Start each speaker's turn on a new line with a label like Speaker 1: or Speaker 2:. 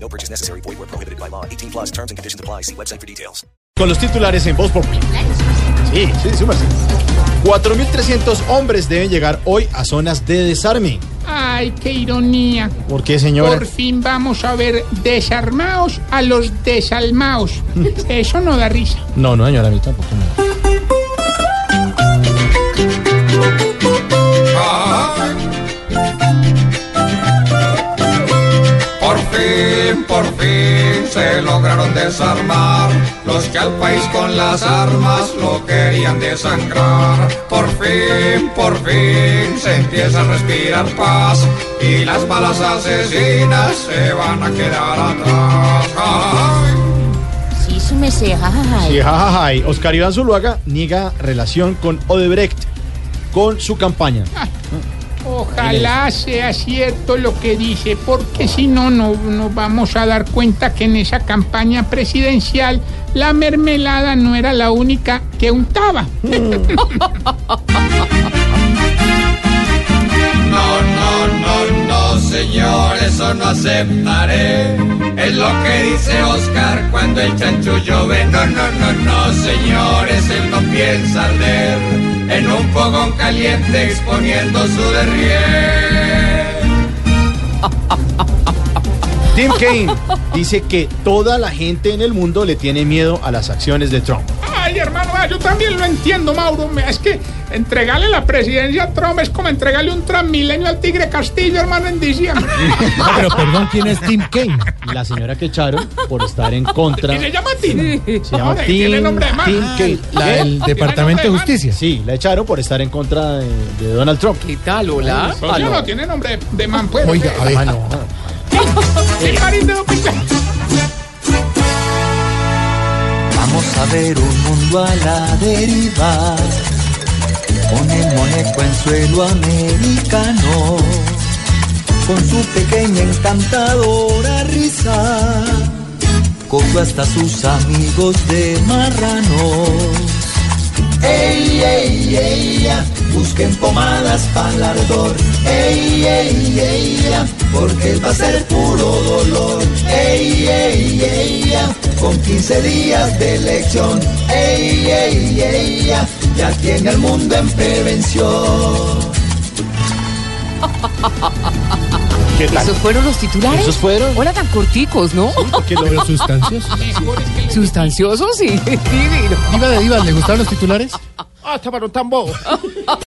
Speaker 1: No purchase necessary. Void where prohibited by law. 18 plus terms and conditions apply. See website for details.
Speaker 2: Con los titulares en voz Populi. Sí, sí, súmase. 4.300 hombres deben llegar hoy a zonas de desarme.
Speaker 3: Ay, qué ironía.
Speaker 2: ¿Por qué, señora?
Speaker 3: Por fin vamos a ver desarmados a los desalmados. Eso no da risa.
Speaker 2: No, no, señora, a mí tampoco. no.
Speaker 4: Ay. Por fin, por fin se lograron desarmar los que al país con las armas lo querían desangrar. Por fin, por fin se empieza a respirar paz y las balas asesinas se van a quedar atrás. Ay.
Speaker 5: Sí, su mesé, ay.
Speaker 2: Sí, jajajay. Oscar Iván Zuluaga niega relación con Odebrecht con su campaña.
Speaker 3: Ojalá sea cierto lo que dice, porque si no, no nos vamos a dar cuenta que en esa campaña presidencial la mermelada no era la única que untaba.
Speaker 4: No, no, no, no, señor, eso no aceptaré. Es lo que dice Oscar cuando el chancho llueve. No, no, no, no, señores, él no piensa arder en un fogón caliente exponiendo su derrier.
Speaker 2: Tim Kaine dice que toda la gente en el mundo le tiene miedo a las acciones de Trump.
Speaker 3: Ay, hermano, ah, yo también lo entiendo, Mauro. Me- Es que entregarle la presidencia a Trump es como entregarle un transmilenio al Tigre Castillo, hermano, en diciembre.
Speaker 2: No, pero perdón, ¿quién es Tim Kaine? La señora que echaron por estar en contra.
Speaker 3: Y se llama Tim.
Speaker 2: Se llama
Speaker 3: Ahora,
Speaker 2: Tim,
Speaker 3: tiene nombre de man.
Speaker 2: Tim Kaine. La del
Speaker 3: Departamento
Speaker 5: Ah,
Speaker 3: de Justicia.
Speaker 2: Sí, la echaron por estar en contra de, de Donald Trump.
Speaker 6: ¿Qué tal, hola?
Speaker 3: Socio no tiene nombre de- de man, pues. Oiga,
Speaker 2: Ah, no.
Speaker 7: Vamos a ver un mundo a la deriva, con el moneco en suelo americano, con su pequeña encantadora risa, cogió hasta sus amigos de marranos. ¡Ey, ey, ey! ya, Busquen pomadas para el ardor. ¡Ey, ey, ey! ya, Porque va a ser puro dolor. ¡Ey, ey, ey! ya, Con 15 días de elección. ¡Ey, ey, ey! ya, Ya tiene el mundo en prevención.
Speaker 2: ¿Qué tal?
Speaker 5: ¿Esos fueron los titulares?
Speaker 2: ¿Esos fueron?
Speaker 5: Hola, tan corticos, ¿no?
Speaker 2: ¿Qué logró
Speaker 5: Sustanciosos y divino.
Speaker 2: Diva de Divas, ¿le gustaron los titulares?
Speaker 3: Hasta para un tambo.